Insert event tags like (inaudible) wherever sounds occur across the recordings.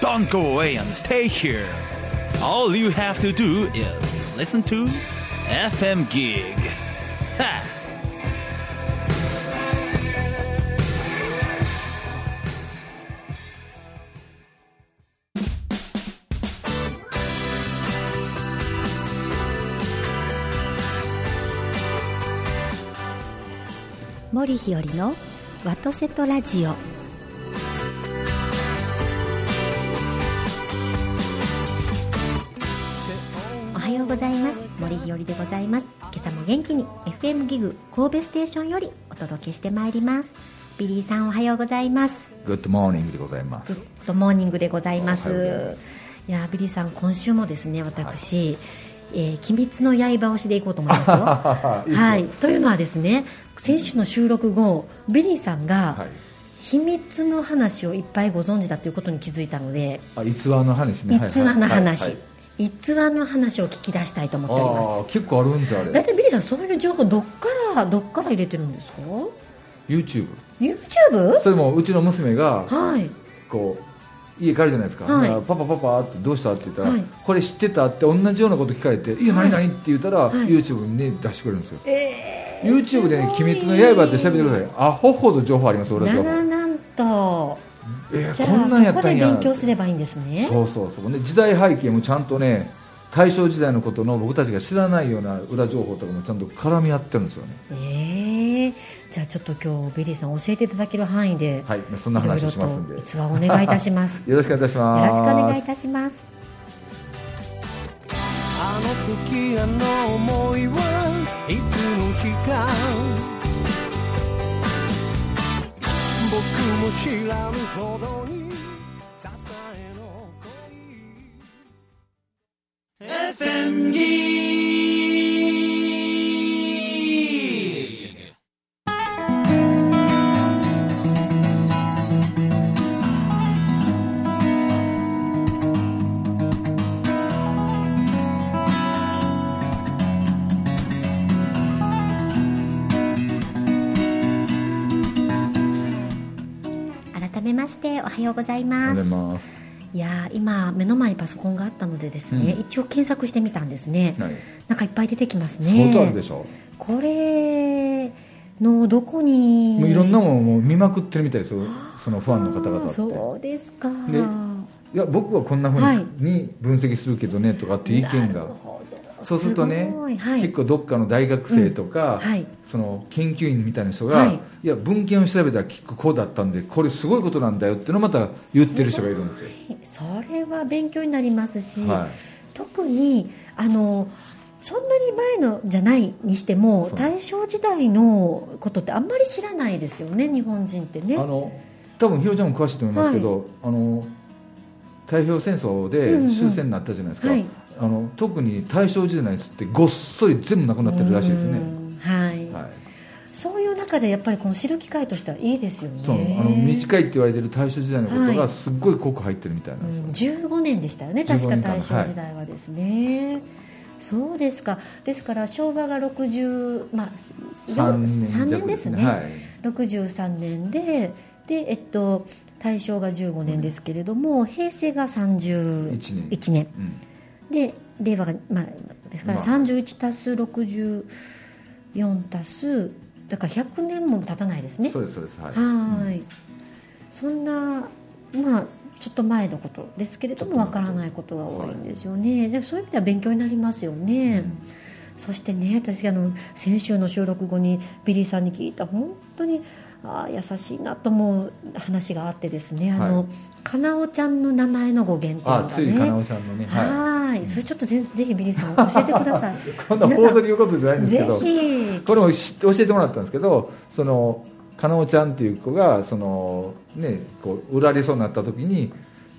Don't go away and stay here. All you have to do is to listen to FM Gig. Ha! 森日和のワトセトラジオおはようございます森日和でございます今朝も元気に FM ギグ神戸ステーションよりお届けしてまいりますビリーさんおはようございますグッドモーニングでございまグすッドモーニングでございまおはようございすますいやービリーさん今週もですね私、えー鬼滅の刃推しでいこうと思います (laughs) よはい、というのはですね先週の収録後ビリーさんが、はい秘密の話をいっぱいご存知だということに気づいたのであ逸話の話ね逸話の話、はいはい逸話の話を聞き出したいと思っておりあまあ結構あるんじゃあすれ大体ビリーさんそういう情報どっからどっから入れてるんですか YouTube YouTube? それもうちの娘がはいこう家帰るじゃないですか,、はいパパパパってどうしたって言ったら、はいこれ知ってたって同じようなこと聞かれて「いやはい何何?」って言ったら、い YouTube に、ね、出してくれるんですよえー YouTube で、ね「すご鬼滅の刃」って調べてくださいアホほど情報あります俺な情報ななんとえじー、ゃこんあなんそやっこたでんや勉強すればいいんですねそうそうそうね時代背景もちゃんとね大正時代のことの僕たちが知らないような裏情報とかもちゃんと絡み合ってるんですよねえー、じゃあちょっと今日ビリーさん教えていただける範囲で、はいそんな話をしますんでいろいろとよ逸話をお願いいたしますよろしくお願いいたしろますしくお願いいたしますあの時あの思いはいつの日か僕も知らぬほどにささえの恋 FM 改めましておはようございおまはようごすざいますいやー今目の前にパソコンがあったのでですね、うん一応検索してみたんですね、はいなんかいっぱい出てきます相当あるでねしょ、これのどこにもういろんなものもう見まくってるみたいですよそのファンの方々あーってそうですかでいや僕はこんなふうに,、はいに分析するけどねとかっていう意な見がるほどそうするとねごいはい結構どっかの大学生とか、うんはいその研究員みたいな人が、はいい、や文献を調べたら結構こうだったんでこれすごいことなんだよっていうのをまた言ってる人がいるんですよそれは勉強になりますし、はい特にあのそんなに前のじゃないにしてもそう大正時代のことってあんまり知らないですよね日本人ってねあの多分ひろちゃんも詳しいと思いますけど、あの太平洋戦争でうんうん終戦になったじゃないですか、はいあの特に大正時代のやつってごっそり全部なくなってるらしいですね、うんはい、はい、そういう中でやっぱりこの知る機会としてはいいですよねそうあの短いって言われてる大正時代のことはがいすっごい濃く入ってるみたいなんうですよ、ん15年でしたよね確15か年間大正時代はですね、そうですかですから昭和が60、まあ、 3 3年年弱ですね、はい63年でで、えっと、大正が15年ですけれども、平成が31年年うんで令和が、まあ、ですからまあ31足す64足すだから100年も経たないですねそうですそうですはいはーい、そんなまあちょっと前のことですけれどもわからないことが多いんですよねでもそういう意味では勉強になりますよね、そしてね私あの先週の収録後にビリーさんに聞いた本当にあー優しいなと思う話があってですねあの、はいかなおちゃんの名前の語源というのあがねついにかなおちゃんのねははーいそれちょっとぜぜひビリーさん教えてくださいい (laughs) こんな放送で言うことじゃないんですけ皆どさんぜひこれも知って教えてもらったんですけどそのかなおちゃんっていう子がそのねこう売られそうになった時に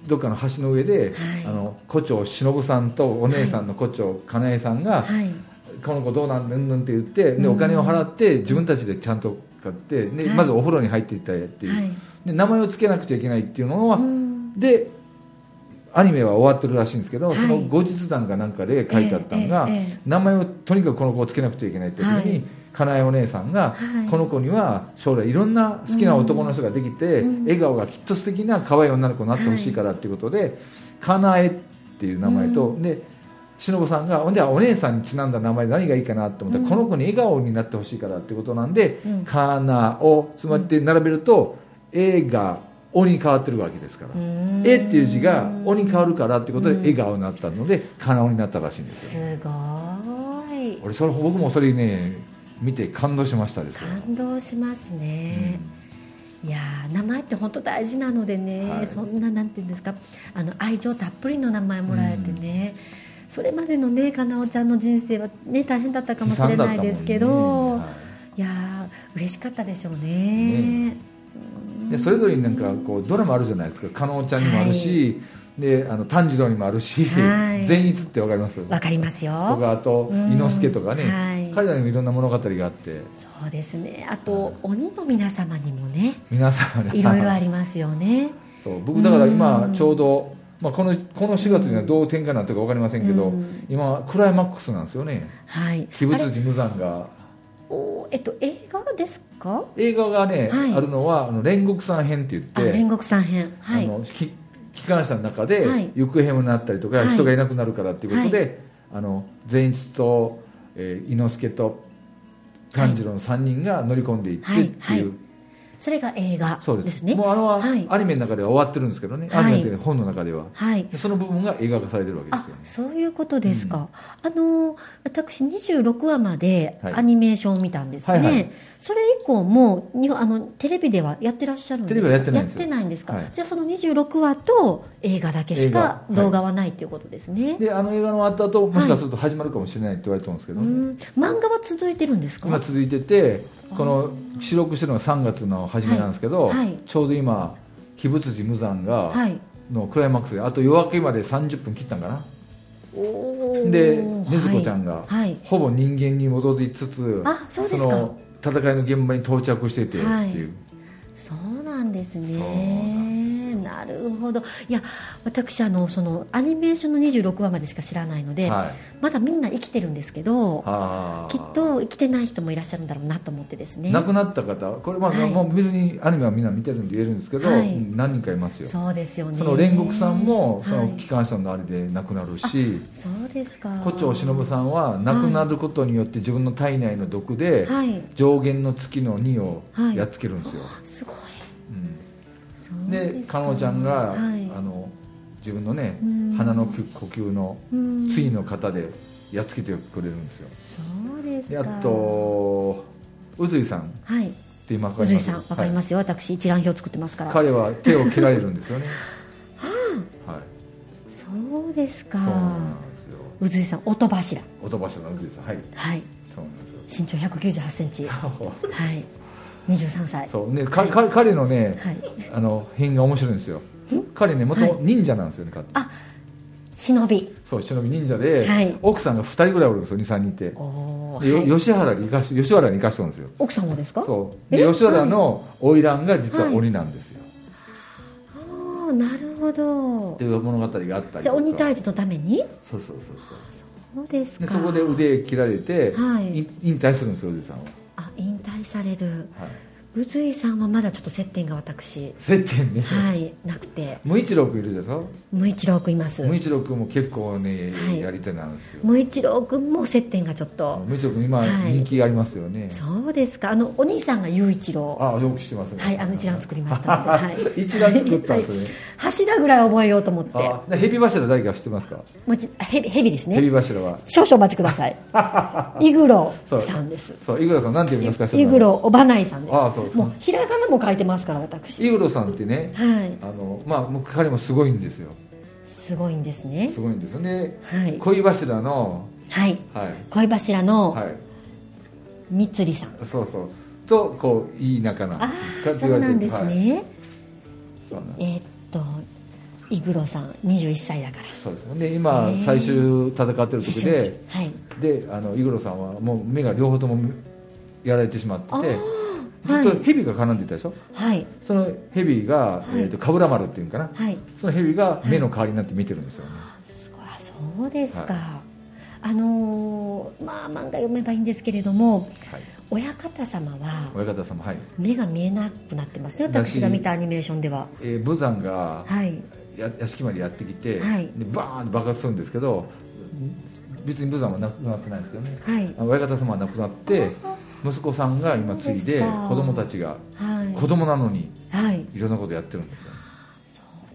どっかの橋の上で、あの胡蝶忍さんとお姉さんの胡蝶かなえさんはが、いこの子どうなんうんぬんって言って、でうんお金を払って自分たちでちゃんと買って、ではいまずお風呂に入っていったやっていう、はいで名前を付けなくちゃいけないっていうのは、うんでアニメは終わってるらしいんですけど、はいその後日談かなんかで書いてあったのが、ええええええ名前をとにかくこの子をつけなくちゃいけないって時に、はいかなえお姉さんが、はいこの子には将来いろんな好きな男の人ができて、うん笑顔がきっと素敵な可愛い女の子になってほしいからっていうことで、かなえっていう名前と、うで忍さんがほんでお姉さんにちなんだ名前で何がいいかなと思ったら、うんこの子に笑顔になってほしいからってことなんで、うんかなおつまりって並べると「えがお」に変わってるわけですから「んえ」っていう字が「お」に変わるからってことでうん笑顔になったので「かなお」になったらしいんですよすごい俺それ僕もそれね見て感動しましたですよ、感動しますね、うんいやー名前って本当大事なのでね、はいそんななんていうんですかあの愛情たっぷりの名前もらえてね、それまでのねかなおちゃんの人生はね大変だったかもしれないですけど、悲惨だったもんねい、やー嬉しかったでしょうねねうんでそれぞれになんかこうドラマあるじゃないですか加納ちゃんにもあるし、であの炭治郎にもあるし、はい善逸ってわかりますわかりますとよかあとうん伊之助とかね、はい彼らにもいろんな物語があってそうですねあと鬼の皆様にもね皆さんがいろいろありますよね (laughs) そう僕だからう今んちょうど、まあ、このこの4月にはどう展開になったかわかりませんけど、うん今クライマックスなんですよねはい鬼あ物れ寺無惨がおーえっと映画ですか映画がね、はいあるのはあの煉獄さん編って言っあて煉獄さん編はいあのき機関車の中ではい行方不明になったりとか、はい人がいなくなるからっていうことで、はあの善逸と、えー、伊之助と炭治郎の3人が乗り込んでいってっていう、はいはいそれが映画そうですですねもうあのは、はいアニメの中では終わってるんですけどね、はいアニメで本の中でははいでその部分が映画化されてるわけであすよねそういうことですか、あの私26話まではいアニメーションを見たんですね、はいはいそれ以降もにあのテレビではやってらっしゃるんですかテレビはやってないんですよやですか、はいじゃあその26話と映画だけし映画かはい動画はないっていうことですね、であの映画の終わった後もしかすると始まるかもしれないって言われてるんですけうどね、ん漫画は続いてるんですか今続いててこの収録してるのが3月の初めなんですけど、はいはいちょうど今鬼仏寺無惨が、はいのクライマックスであと夜明けまで30分切ったんかなおーで禰豆子ちゃんがはい、ほぼ人間に戻りつつあそうですかの戦いの現場に到着しててっていう、そうなんですそうねなるほどいや私あのそのアニメーションの26話までしか知らないので、はいまだみんな生きてるんですけどあきっと生きてない人もいらっしゃるんだろうなと思ってですね亡くなった方これまあ、はいまあ別にアニメはみんな見てるんで言えるんですけど、はい何人かいますよそそうですよねの煉獄さんもそはのい機関車のあれで亡くなるし、そうですか胡蝶忍さんは亡くなることによって自分の体内の毒ではい上限の月の2をはいやっつけるんですよ、すごいうんそうでかかのちゃんが、はいあの自分のねうん鼻の呼吸のうんついの型でやっつけてくれるんですよそうですでかあと宇髄さんっはいて今わか宇り髄ます、さんわかりますすよ、私一覧表作ってますかはいら彼は手を切られるんです (laughs) よねはいそうですそうなかんですよ宇髄さん音柱音柱の宇髄さんはいはいそうなんですよ (laughs) 身長1 9 8センチはそうい23歳そうねかか彼のね、はいあの変が面白いんですよ彼ね元々忍者なんですよね、彼あ忍びそう忍び忍者で、はい奥さんが2人ぐらいおるんですよ23人いておーでよはい吉原に生かし吉原に生かしたんですよ奥様ですかそうえで吉原の花魁が実は鬼なんですよ、ああなるほどっていう物語があったりとかじゃあ鬼退治のためにそうそうそうそうそうですでかそこで腕切られて、はいい引退するんですよおじさんは、あ引退されるはい、宇髄さんはまだちょっと接点が私接点ね、はいなくて無一郎君いるでしょ無一郎君います無一郎君も結構ね、はいやり手なんですよ無一郎君も接点がちょっと無一郎君今はい人気ありますよね、そうですかあのお兄さんが雄一郎ああよく知ってますねはいあの一覧作りま (laughs) したので、はい、一覧作ったんですねはい柱ぐらい覚えようと思ってあで蛇柱誰か知ってますかもうちヘビヘビです蛇ね柱は少々お待ちくださ (laughs) いイグロさんですそうイグロさんなんて呼びますかイグロおばないさんですあそうですもうひらがなも書いてますから私イグロさんってね、はいあのまあもう彼もすごいんですよすごいんですねすごいんですよね、はい恋柱のはいはい恋柱のはいみつりさん、そうそうとこういい仲なんあですあそかって言わうなれてんるですはいね、そうなんえーっとイグロさん21歳だからそうですで今へえ最終戦ってる時思で春期はいであのイグロさんはもう目が両方ともやられてしまっててあーずっと蛇が絡んでいたでしょ、はいその蛇が、いえー、とかぶら丸っていうんかな、はいその蛇が目の代わりになって見てるんですよね、すごいあそうですか、はあのーまあ漫画読めばいいんですけれどもはい「親方様は親方様はい、目が見えなくなってますね私が見たアニメーションではえー、武山がはいや屋敷までやってきて、はいでバーンって爆発するんですけど別に武山は亡くなってないんですけどねはいあの親方様は亡くなって息子さんが今継いそうでですか子供たちがはい子供なのにはいいろんなことやってるんですよ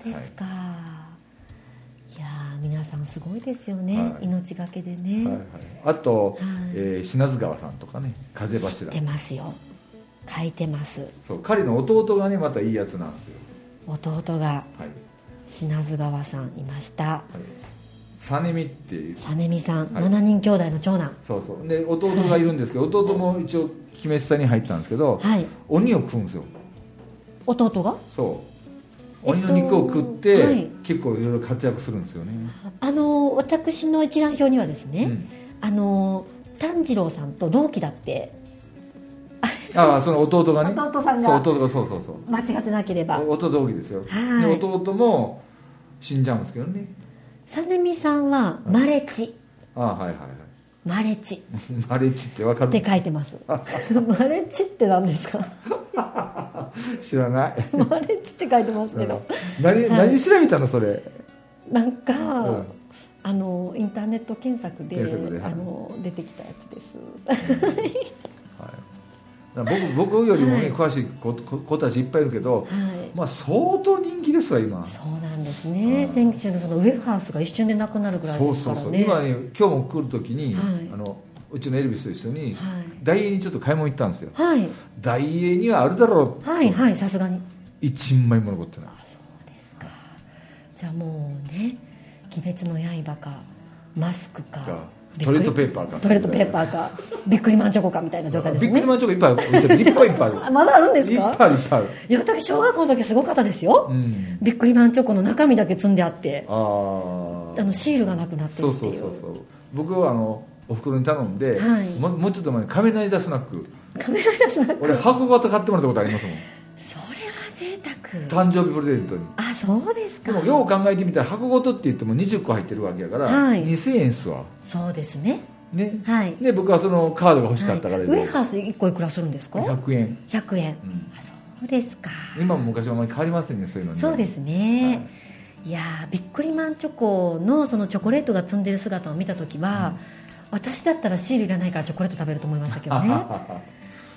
そうですか、い、やー皆さんすごいですよね、はい命がけでね、はいはい、あと、はいえー品津川さんとかね風知っ柱てますよ書いてますそう彼の弟がねまたいいやつなんですよ、弟がはいは品津川さんいましたい、サネミっていう実美さん、はい7人兄弟の長男そうそうで弟がいるんですけど弟も一応姫下に入ったんですけど、はい鬼を食うんですよ弟がそう鬼の肉を食って、はい結構いろいろ活躍するんですよね、あのー私の一覧表にはですね、うんあのー炭治郎さんと同期だってああその弟がね弟さんがそう弟がそうそうそう間違ってなければお弟同期ですよ、はいで弟も死んじゃうんですけどね実美さんはマレチああはいはいはい (laughs) マレチマレッチって分かっるて書いてます (laughs) マレチって何ですか知らないマレチって書いてますけど何,、何調べたのそれなんか、うんあのインターネット検索で検索ではいあの出てきたやつです (laughs) 僕僕よりもはね、い詳しい子子子たちいっぱいいるけど、はいまあ相当人気ですわ今そうなんですね、うん先週のそのウェハースが一瞬でなくなるぐらいそでうすそかうらそう、ね今ね今日も来る時に、はいあのうちのエルビスと一緒に、はいダイエーにちょっと買い物行ったんですよはいダイエーにはあるだろうはいはいさすがに一枚も残ってないあそうですかじゃあもうね「鬼滅の刃」かマスクかかびっくりトイレットペーパーかトイレットペーパーかビックリマンチョコかみたいな状態ですビよねックリマンチョコいっぱい置い (laughs) てあるいっぱいいっぱいあるあまだあるんですいっかぱいあるいっぱいあるいや私小学校の時すごかったですよ、うんビックリマンチョコの中身だけ積んであってあーあのシールがなくなってそるうってそいううそうそう僕はあのおふくろに頼んで、はいももうちょっと前に仮面ライダースナックカメラ出すな俺箱ごと買ってもらったことありますもんそれは贅沢誕生日プレゼントにあそうですでかもよう考えてみたら箱ごとって言っても20個入ってるわけやから、はい2000円っすわそうですねね、はいで僕はそのカードが欲しかったからはいでウエハース1個いくらするんですか100円100円、んあそうですか今も昔もあんまり変わりませんねそういうのねそうですね、い、やービックリマンチョコのそのチョコレートが積んでる姿を見た時は、私だったらシールいらないからチョコレート食べると思いましたけど (laughs) ね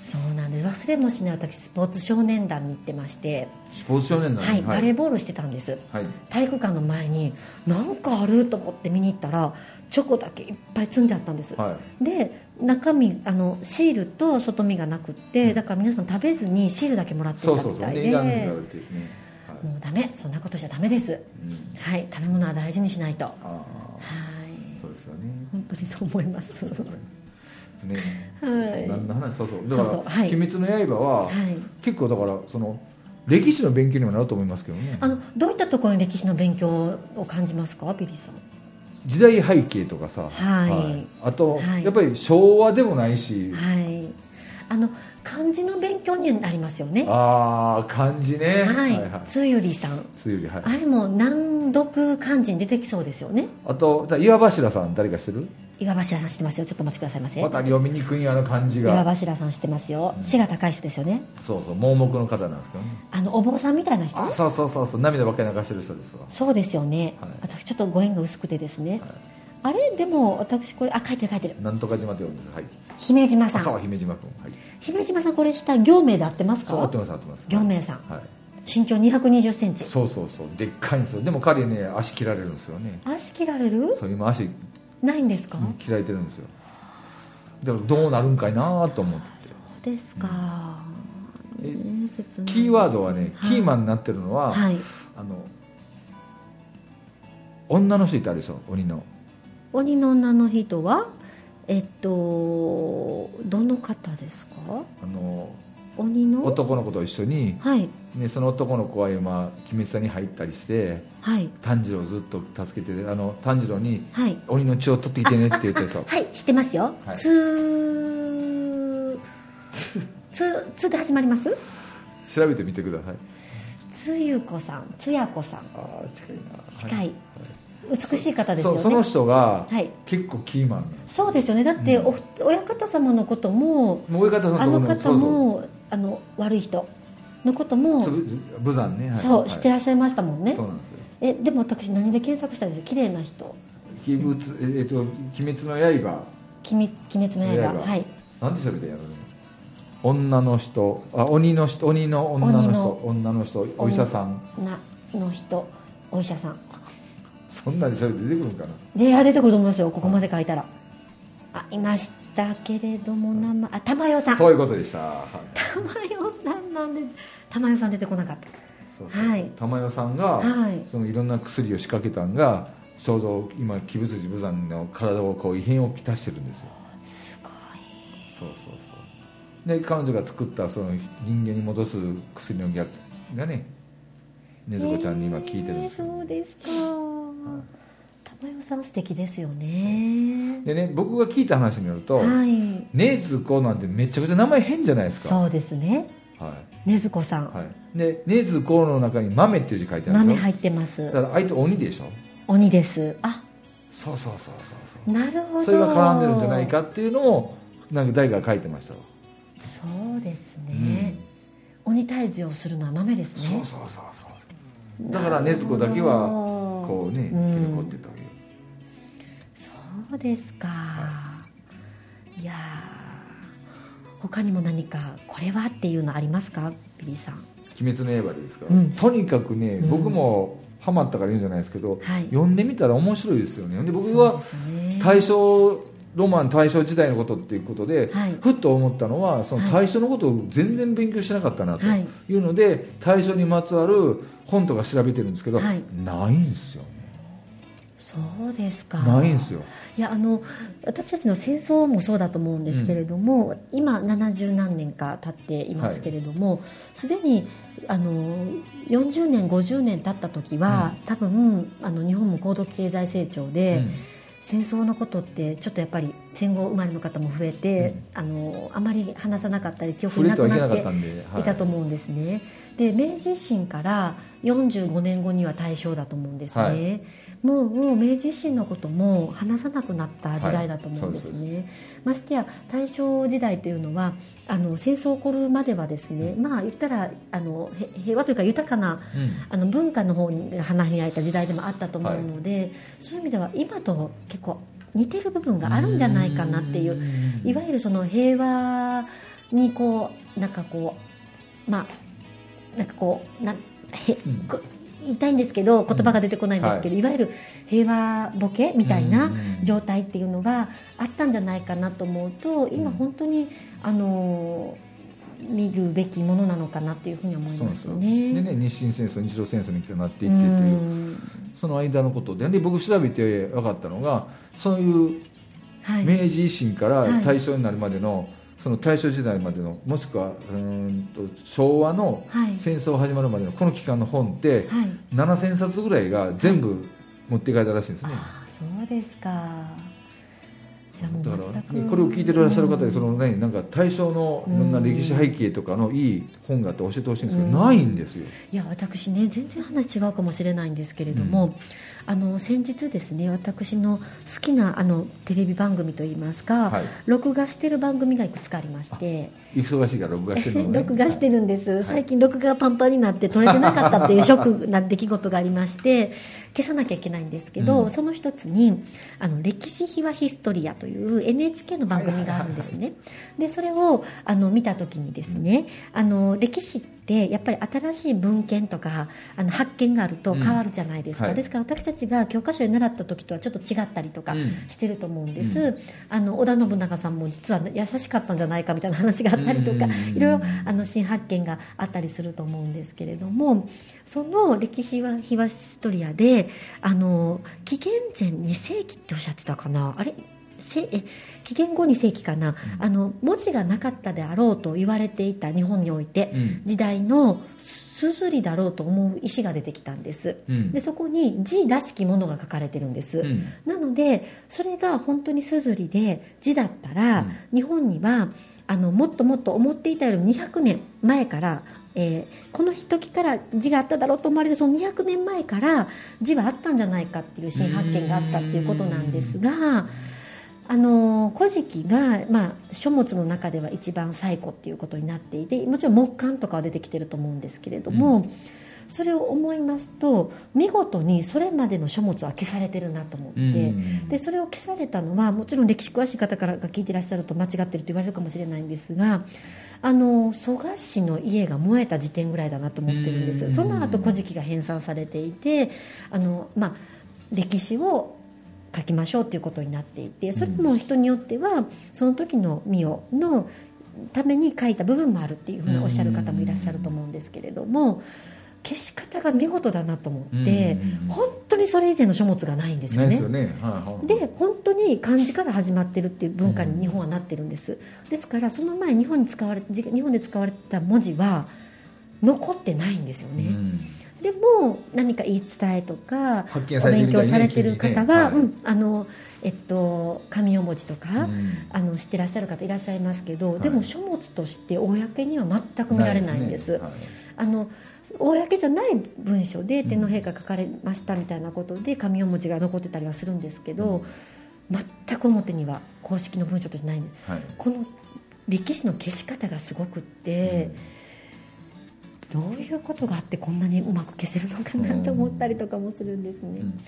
そうなんです忘れもしない私スポーツ少年団に行ってまして、スポーツ少年なのはい、バレーボールしてたんです、はい体育館の前になんかあると思って見に行ったらチョコだけいっぱい積んであったんです、はで中身あのシールと外身がなくって、だから皆さん食べずにシールだけもらっていたそうみそうそうたいねでいらんのだろうっていうね、はいもうダメそんなことじゃダメです、うんはい食べ物は大事にしないとはああいそうですよね本当にそう思いますねはい何の話そうそうだからそうそうはい鬼滅の刃は」、はい結構だからその歴史の勉強にもなると思いますけどねあのどういったところに歴史の勉強を感じますかビリーさん時代背景とかさ、はいあと、はいやっぱり昭和でもないし、はいあの漢字の勉強になりますよねはああ漢字ねい、はいつゆりさんつゆりはいあれも難読漢字に出てきそうですよねあとだ岩柱さん誰か知ってる岩柱さん知ってますよちょっとお待ちくださいませまた読みにくいあの漢字岩が柱さん知ってますよ背が高い人ですよねそうそう盲目の方なんですけどねあのお坊さんみたいな人あそうそうそうそう涙ばっかり流してる人ですわそうですよね、はい私ちょっとご縁が薄くてですね、あれでも私これあ書いてる書いてるなんとか島と呼んでるはい姫島あさそうん姫島君はい姫島さんこれ下行名で合ってますそう合かってます合ってます行名さんはい身長2 2 0センチそうそうそうでっかいんですよでも彼ね足切られるんですよね足切られるそう今足ないんですか、切られてるんですよだからどうなるんかいなと思ってそうですか、えね切ないキーワードはね、はいキーマンになってるのは、はいあの女の人いたでしょ鬼の鬼の女の人はえっとどの方ですかあの鬼の男の子と一緒に、はいね、その男の子は今鬼滅さんに入ったりしてはい炭治郎をずっと助けててあの炭治郎にはい「鬼の血を取ってきてね」って言ってさはい、知ってますよ。はいつー、つー、つーで始まります。調べてみてくださいつゆこさん、つやこさん、ああ近いな近い。美しい方ですよそねその人がはい結構キーマンなんですそうですよねだっておふ親方様のことももう親方のあのとこ方ろももあの悪い人のこともそうそうつぶ武山ね、はいそうはいしてらっしゃいましたもんねそうなんですよえでも私何で検索したんですよ綺麗な人鬼物ええっと鬼滅の刃鬼鬼滅の刃刃はいなんて調べてやるの女の人あ鬼の人鬼の女の人女の人お医者さんなの人お医者さんそんなにそれ出てくるんかなであ出てくると思いますよここまで書いたらあいましたけれども名前あ玉代さん玉そういうことでした、はい、代さんなんで玉代さん出てこなかっそうそうはい玉代さんが、はいそのいろんな薬を仕掛けたんがちょうど今鬼物寺武山の体をこう異変をきたしてるんですよたすごいそうそうそうで彼女が作ったその人間に戻す薬の逆がね禰豆子ちゃんに今効いてるんですえよーそうですか玉代さん素敵ですよねでね僕が聞いた話によると、はいねずこなんてめちゃくちゃ名前変じゃないですかそうですねは禰豆子さん、い、はい、でねずこの中に「豆」っていう字書いてある豆でしょ入ってますだからあいつ鬼でしょ鬼ですあそうそうそうそうそうなるほどそれが絡んでるんじゃないかっていうのをなんか誰かが書いてましたわ、そうですうねん、、鬼退治をするのは豆ですねそうそうそうそうだからねずこだけはこうねう生んき残ってたわけよそうですか、い、やー他にも何かこれはっていうのありますかビリーさん鬼滅の刃ですから、うんとにかくね、うん僕もハマったから言うんじゃないですけど、はい読んでみたら面白いですよねで僕そうはですよね大正ロマン大正時代のことっていうことで、はいふっと思ったのはそはのい大正のことを全然勉強しなかったなとはいいうので、大正にまつわる本とか調べてるんですけど、はいないんですよねそうですかないんですよいやあの私たちの戦争もそうだと思うんですけれども、今70何年か経っていますけれどもすで、にあの40年50年経った時は、多分あの日本も高度経済成長で、うん戦争のことってちょっとやっぱり戦後生まれの方も増えて、あのあまり話さなかったり記憶触になれてはくいけなっなかってたんで、はいいたと思うんですね、で明治維新から45年後には大正だと思うんですね、はもうもう明治維新のことも話さなくなった時代だと思うんですね、ましてや大正時代というのはあの戦争起こるまではですね、まあ言ったらあのへ平和というか豊かなうんあの文化の方に花開いた時代でもあったと思うので、そういう意味では今と結構似てる部分があるんじゃないかなっていううんいわゆるその平和にこうなんかこうまあなんかこうなんへんこ言いたいんですけど言葉が出てこないんですけど、い、わゆる平和ボケみたいなうん状態っていうのがあったんじゃないかなと思うと今本当にあの見るべきものなのかなっていうふうに思いそうなんまですすよね。でね日清戦争日露戦争になっていってとういう、んその間のことでで僕調べて分かったのがそういうはい明治維新からはい大正になるまでの、その大正時代までのもしくはうーんと昭和のはい戦争始まるまでのこの期間の本って、はい7000冊ぐらいが全部持って帰ったらしいんですね、ああそうですかじゃあもうだ全かくら、ねこれを聞いてらっしゃる方でその、ね、なんか大正のいろんな歴史背景とかのいい本があって教えてほしいんですけど、うんないんですよ、いや私ね全然話違うかもしれないんですけれども、あの先日ですね私の好きなあのテレビ番組といいますか、はい録画してる番組がいくつかありまして忙しいから録画してるのね録画してるんです、最近録画がパンパンになって撮れてなかったっていうショックな出来事がありまして (laughs) 消さなきゃいけないんですけど、うんその一つに「あの歴史秘話ヒストリア」という NHK の番組があるんですねでそれをあの見た時にですね、あの歴史ってやっぱり新しい文献とかあの発見があると変わるじゃないですか、うんはいですから私たちが教科書で習った時とはちょっと違ったりとかうんしてると思うんです、うあの織田信長さんも実は優しかったんじゃないかみたいな話があったりとか、うんいろいろあの新発見があったりすると思うんですけれどもその歴史はヒワストリアであの紀元前2世紀っておっしゃってたかなあれせえ紀元後2世紀かな、あの文字がなかったであろうと言われていた日本において、うん時代のすすずりだろうと思う石が出てきたんです、うんでそこに字らしきものが書かれてるんです、うんなのでそれが本当にすずりで字だったら、うん日本にはあのもっともっと思っていたよりも200年前からえーこの時から字があっただろうと思われるその200年前から字はあったんじゃないかっていう新発見があったっていうことなんですが。あの古事記が、まあ、書物の中では一番最古っていうことになっていてもちろん木簡とかは出てきてると思うんですけれども、それを思いますと見事にそれまでの書物は消されてるなと思って、うんでそれを消されたのはもちろん歴史詳しい方からが聞いてらっしゃると間違ってると言われるかもしれないんですが。あの蘇我氏の家が燃えた時点ぐらいだなと思ってるんです、うんその後古事記が編纂されていてあの、まあ、歴史を書きましょうということになっていてそれも人によってはその時のミオのために書いた部分もあるっていうふうなおっしゃる方もいらっしゃると思うんですけれども消し方が見事だなと思ってうん本当にそれ以前の書物がないんですなよいでねすよ。ねはいはいで本当に漢字から始まってるっていう文化に日本はなってるんです、ですからその前日本に使われじ日本で使われてた文字は残ってないんですよね、うんでも何か言い伝えとか発見おされてる勉みた強いにされてる方は、急にねはいうんあのえっと紙お文字とか、うんあの知ってらっしゃる方いらっしゃいますけど、いでも書物として公には全く見られないんです。ないですねあの公じゃない文章で天皇陛下書かれましたみたいなことで紙お文字が残ってたりはするんですけど、全く表には公式の文章としてないんですはいはいこの歴史の消し方がすごくって、どういうことがあってこんなにうまく消せるのかなと思ったりとかもするんですね、うん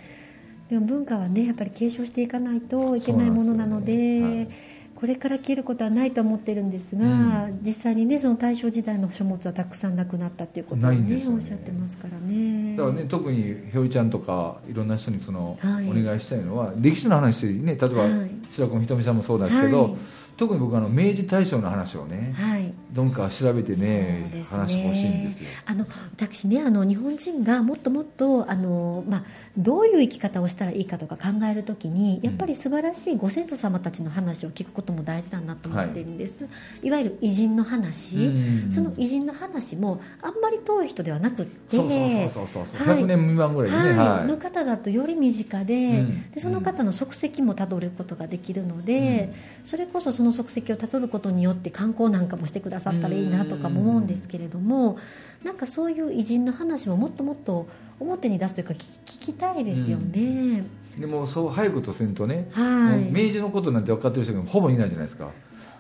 でも文化はねやっぱり継承していかないといけないものなのでそうなんですよねはいこれから消えることはないと思ってるんですが、うん実際にねその大正時代の書物はたくさんなくなったっていうことをないんねですよおっねしゃってますからねだからね、特にひょりちゃんとかいろんな人にその、はいお願いしたいのは歴史の話ね例えば、はい白子もひとみさんもそうなんですけど、はい特に僕あの明治大正の話をね、はいどんか調べてそうねですね話してほしいんですよあの私ねあの日本人がもっともっとあの、まあ、どういう生き方をしたらいいかとか考えるときにやっぱり素晴らしいご先祖様たちの話を聞くことも大事だなと思っているんです、い、わゆる偉人の話、うんその偉人の話もあんまり遠い人ではなくってそうそうそうそうそう、はい100年未満ぐらいでね、はいはいの方だとより身近で,、んでその方の足跡もたどることができるので、それこそその足跡をたどることによって観光なんかもしてくださったらいいなとかも思うんですけれども、なんかそういう偉人の話ももっともっと表に出すというか聞き聞きたいですよね。でもそう早いことせんとね、はいもう明治のことなんて分かってる人がほぼいないじゃないですか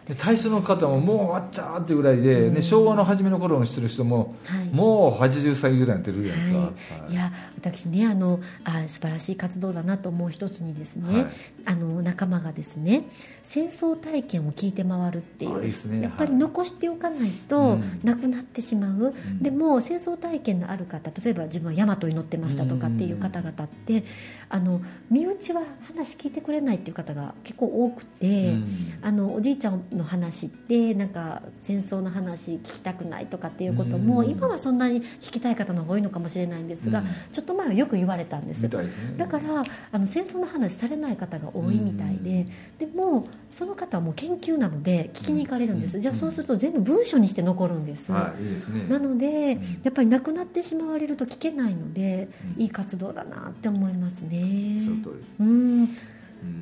で大正の方ももう終わっちゃーっていうぐらいで、ね、昭和の初めの頃のしてる人も、はいもう80歳ぐらいになってるじゃないですか、はい、いや私ねあのあ素晴らしい活動だなと思う一つにですね、はいあの仲間がですね戦争体験を聞いて回るっていうあいいですねやっぱりはい残しておかないうんとなくなってしまう、でも戦争体験のある方例えば自分は大和に乗ってましたとかっていう方々って、あの身内は話聞いてくれないっていう方が結構多くて。うんあのおじいちゃんの話ってなんか戦争の話聞きたくないとかっていうこともうん今はそんなに聞きたい方の方が多いのかもしれないんですがうんちょっと前はよく言われたんですみたいですねだからあの戦争の話されない方が多いみたいででもその方はもう研究なので聞きに行かれるんでうすんじゃあそうすると全部文書にして残るんです。はい、いいですねなのでんやっぱり亡くなってしまわれると聞けないのでいい活動だなって思いますね。その通りですうんうん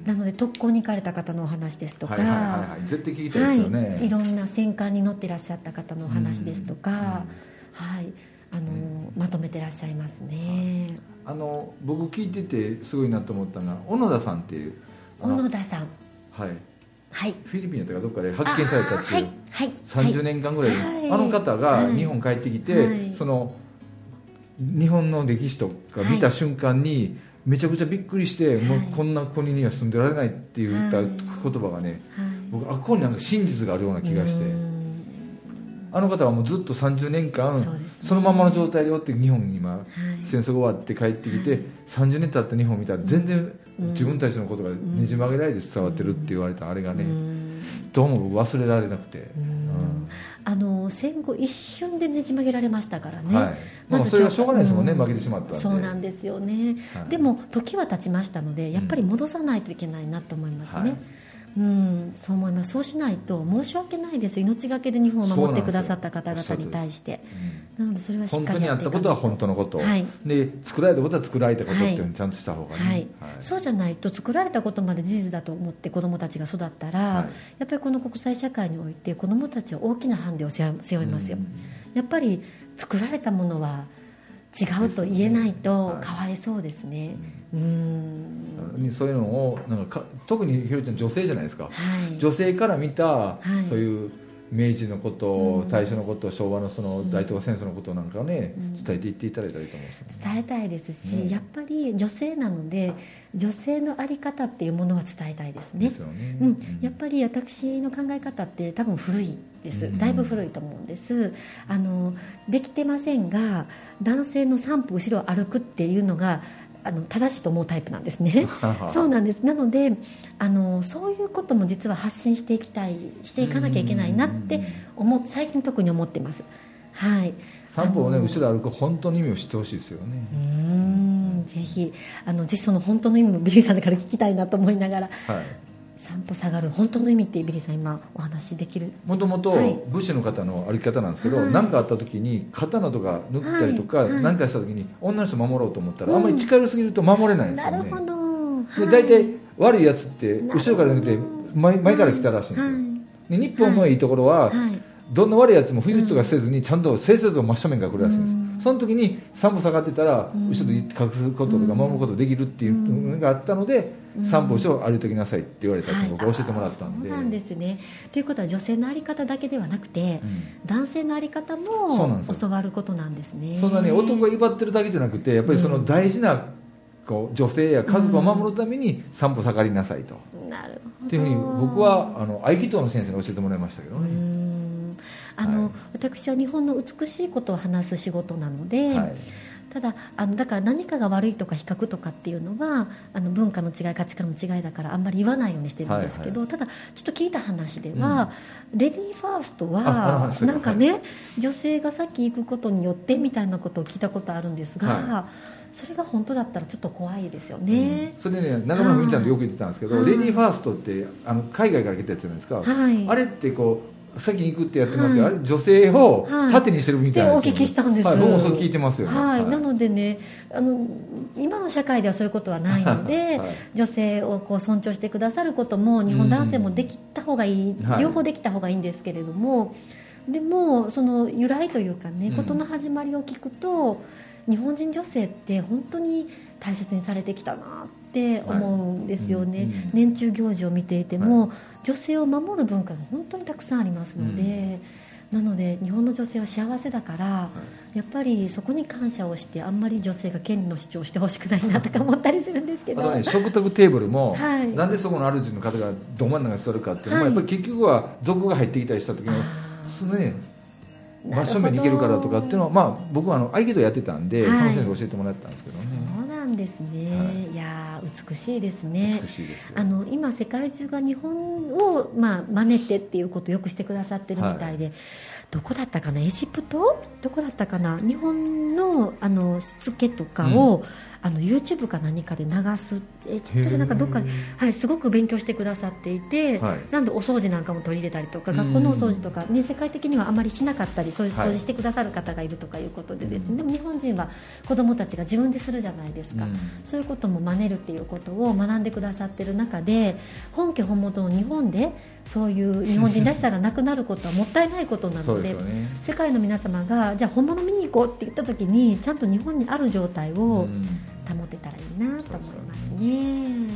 なので特攻に行かれた方のお話ですとか、はいはいはいはい、絶対聞きたいですよね、はい、いろんな戦艦に乗ってらっしゃった方のお話ですとか、はいあのまとめてらっしゃいますね、あの僕聞いててすごいなと思ったのは小野田さんっていうあ小の野田さんはい、はいフィリピンやったかどっかで発見されたあっていう、ーはいはい30年間ぐらい、はいあの方が日本帰ってきて、はいその日本の歴史とか見た瞬間に、めちゃくちゃびっくりして、もうはいこんな国には住んでられないって言ったはい言葉がねはい僕あっこになんか真実があるような気がして、うんあの方はもうずっと30年間そうですねそのままの状態でおって日本に今はい戦争が終わって帰ってきて30年経った日本を見たら全然自分たちのことがねじ曲げられて伝わってるって言われたあれがうねんどうも僕忘れられなくて、うんあの戦後一瞬でねじ曲げられましたからね、はいまあそれはしょうがないですもんねう負けてしまったんでそうなんですよね、はいでも時は経ちましたのでやっぱり戻さないといけないなと思いますね、はいうん、そう思いますそうしないと申し訳ないですよ命がけで日本を守ってくださった方々に対してなのでそれはしっ本か当りにやあっっていたかないことは本当のこと、はいで作られたことは作られたことっていうのはをいちゃんとした方がね、はいはいそうじゃないと作られたことまで事実だと思って子どもたちが育ったら、はいやっぱりこの国際社会において子どもたちは大きなハンデを背負背負いますよ、やっぱり作られたものは違うと言えないとですねはいかわいそうですね。うん、にそういうのをなんかか特にひろちゃん女性じゃないですか、はい。女性から見た、はいそういう明治のこと、大正のこと昭和のその大東亜戦争のことなんかをね、伝えていっていただいたらいいと思うんですよね伝えたいですし、うんやっぱり女性なので女性の在り方っていうものは伝えたいですねですよねうん、やっぱり私の考え方って多分古いです、うんだいぶ古いと思うんですあのできてませんが男性の3歩後ろを歩くっていうのがあの正しいと思うタイプなんですねそうなんですなのであのそういうことも実は発信していきたいしていかなきゃいけないなって思う最近特に思ってますはい散歩をねあの後ろ歩く本当の意味を知ってほしいですよね、うーんぜひあのぜひその本当の意味もビリーさんから聞きたいなと思いながらはい散歩下がる本当の意味ってビリーさん今お話しできるもともとはい武士の方の歩き方なんですけどはい何、かあった時に刀とか抜ったりとかはいはい何、かした時に女の人守ろうと思ったら、うんあんまり近寄りすぎると守れないんですなよねるほど、はいで大体悪いやつってなるほど後ろからじゃなくて前前から来たらしいんですよ、で日本のいいところは、はいはいどんな悪いやつも不意打ちとかせずにちゃんと正々堂々真正面から来るらしいんです、うんその時に散歩下がってたらうん後ろで隠すこととか守ることできるっていうのがあったので、うん散歩後ろ歩いてきなさいって言われたって僕はは教えてもらったんで,、あそうなんですねということは女性のあり方だけではなくて、うん男性のあり方そうなんもですよ教わることなんですねそんなね男が威張ってるだけじゃなくてやっぱりその大事なこう女性や家族を守るために散歩下がりなさいと、なるほどっていうふうに僕はあの合気道の先生に教えてもらいましたけどうーね、んあの、はい私は日本の美しいことを話す仕事なので、はいただあのだから何かが悪いとか比較とかっていうのはあの文化の違い価値観の違いだからあんまり言わないようにしてるんですけど、ただちょっと聞いた話では、レディーファーストああのは話なんかね、女性が先行くことによってみたいなことを聞いたことあるんですが、はそれが本当だったらちょっと怖いですようんね。それね中村文ちゃんとよく言ってたんですけど、はいレディーファーストってあの海外から来たやつじゃないですか、はいあれってこう先に行くってやってますけど、はいあれ女性を縦にしてるみたいなはいってお聞きしたんですはい、僕もそう聞いてますよね、はい、はいなのでねあの今の社会ではそういうことはないので、 (laughs) はい女性をこう尊重してくださることも日本男性もできた方がいい、うんはい両方できた方がいいんですけれども、でもその由来というかね、うんことの始まりを聞くと日本人女性って本当に大切にされてきたなって思うんですよね、はいうんうん年中行事を見ていても、女性を守る文化が本当にたくさんありますので、なので日本の女性は幸せだから、やっぱりそこに感謝をしてあんまり女性が権利の主張をしてほしくないなとか思ったりするんですけあど。とね、食卓テーブルも、はいなんでそこの主の方がど真ん中に座るかっていうのも、はいやっぱり結局は族が入ってきたりした時のあーそのねなるほど真正面に行けるからとかっていうのは、まあ、僕はあの合気道やってたんはで、いその先生に教えてもらったんですけどねそうなんですね、、はいやー美しいですね美しいですよあの今世界中が日本を、まあ、真似てっていうことをよくしてくださってるみたいで、どこだったかなエジプトどこだったかな日本のあのしつけとかを、あの YouTube か何かで流すエジプトじゃなんかどっかでへーはい、すごく勉強してくださっていて、はいなんでお掃除なんかも取り入れたりとかうん学校のお掃除とか、ね、世界的にはあまりしなかったりそういうはい掃除してくださる方がいるとかいうことでですね、うんでも日本人は子どもたちが自分でするじゃないですか、うんそういうことも真似るっていうことを学んでくださってる中で本家本元の日本でそういう日本人らしさがなくなることはもったいないことなそのうでですよね世界の皆様がじゃあ本物見に行こうって言った時にちゃんと日本にある状態をうん保てたらいいなと思いますね。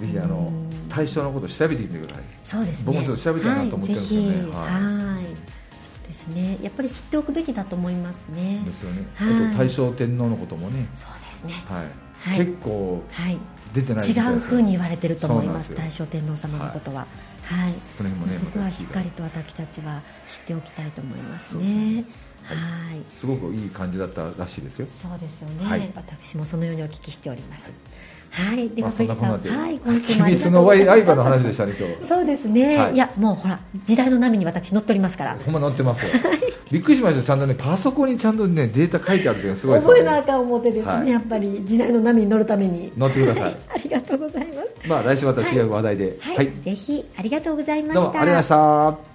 ぜひあうのん対象のことを調べてみてくださいそうですね。僕もちょっと調べたいなと思ってるんですよねはい、ぜひははいい、そうですね。やっぱり知っておくべきだと思いますね。ですよね、はいあと大正天皇のこともね、そうですね。はいはい結構はい。出てないみ違たいですよう風に言われてると思いまそす。うなん大ですよ正天皇様のことは、はい。その辺もねそこまはたしっかりと私たちは知っておきたいと思いますそうですね。はい。すごくいい感じだったらしいですよそうですよね、はい私もそのようにお聞きしております。はい、でまあは、そん栗なさ、こんなんではい、今週もありがとうござ秘密いのまワイすバーの話でしたね今日そうですね、はいい、や、もうほら、時代の波に私乗っておりますから。ほんま載ってますよびっくりしましたよちゃんとねパソコンにちゃんとねデータ書いてあるっていうのすごいです覚えよなあねかん思ってですね、はいやっぱり時代の波に乗るために載ってくださいありがとうございますまあ来週また違う話題ではい、ぜひありがとうございまどうもありがとうございました